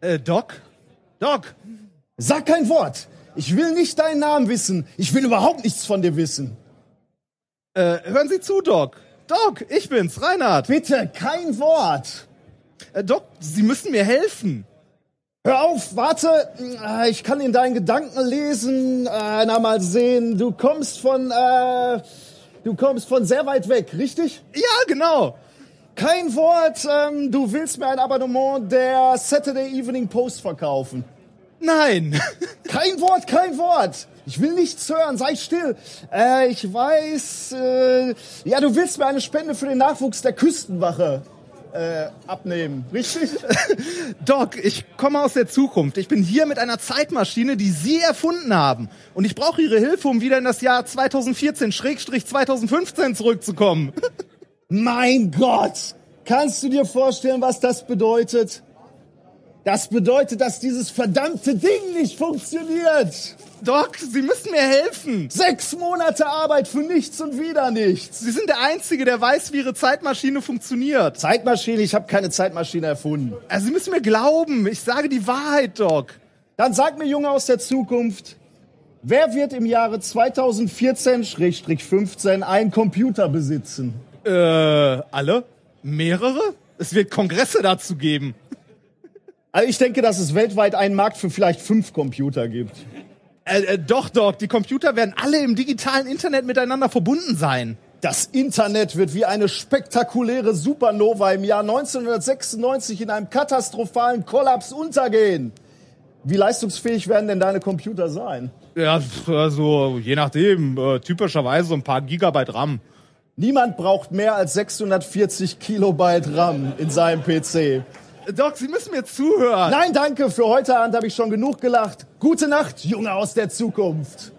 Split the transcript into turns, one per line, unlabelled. Äh, Doc? Doc!
Sag kein Wort. Ich will nicht deinen Namen wissen. Ich will überhaupt nichts von dir wissen.
Äh, hören Sie zu, Doc! Doc, ich bin's, Reinhard!
Bitte kein Wort.
Äh, Doc, Sie müssen mir helfen!
Hör auf, warte. Äh, Ich kann in deinen Gedanken lesen. Äh, Na mal sehen. Du kommst von, äh, du kommst von sehr weit weg, richtig?
Ja, genau!
Kein Wort. Ähm, du willst mir ein Abonnement der Saturday Evening Post verkaufen.
Nein!
Kein Wort, kein Wort. Ich will nichts hören, sei still. Äh, ich weiß, äh, ja, du willst mir eine Spende für den Nachwuchs der Küstenwache äh, abnehmen, richtig?
Doc, ich komme aus der Zukunft. Ich bin hier mit einer Zeitmaschine, die Sie erfunden haben. Und ich brauche Ihre Hilfe, um wieder in das Jahr 2014-2015 zurückzukommen.
mein Gott! Kannst du dir vorstellen, was das bedeutet? Das bedeutet, dass dieses verdammte Ding nicht funktioniert.
Doc, Sie müssen mir helfen.
Sechs Monate Arbeit für nichts und wieder nichts.
Sie sind der Einzige, der weiß, wie Ihre Zeitmaschine funktioniert.
Zeitmaschine, ich habe keine Zeitmaschine erfunden.
Also, Sie müssen mir glauben. Ich sage die Wahrheit, Doc.
Dann sag mir, Junge aus der Zukunft, wer wird im Jahre 2014-15 einen Computer besitzen?
Äh, alle? Mehrere? Es wird Kongresse dazu geben.
Also ich denke, dass es weltweit einen Markt für vielleicht fünf Computer gibt.
Äh, äh, doch, Doc, die Computer werden alle im digitalen Internet miteinander verbunden sein.
Das Internet wird wie eine spektakuläre Supernova im Jahr 1996 in einem katastrophalen Kollaps untergehen. Wie leistungsfähig werden denn deine Computer sein?
Ja, also je nachdem. Äh, typischerweise so ein paar Gigabyte RAM.
Niemand braucht mehr als 640 Kilobyte RAM in seinem PC.
Äh, Doc, Sie müssen mir zuhören.
Nein, danke. Für heute Abend habe ich schon genug gelacht. Gute Nacht, Junge aus der Zukunft.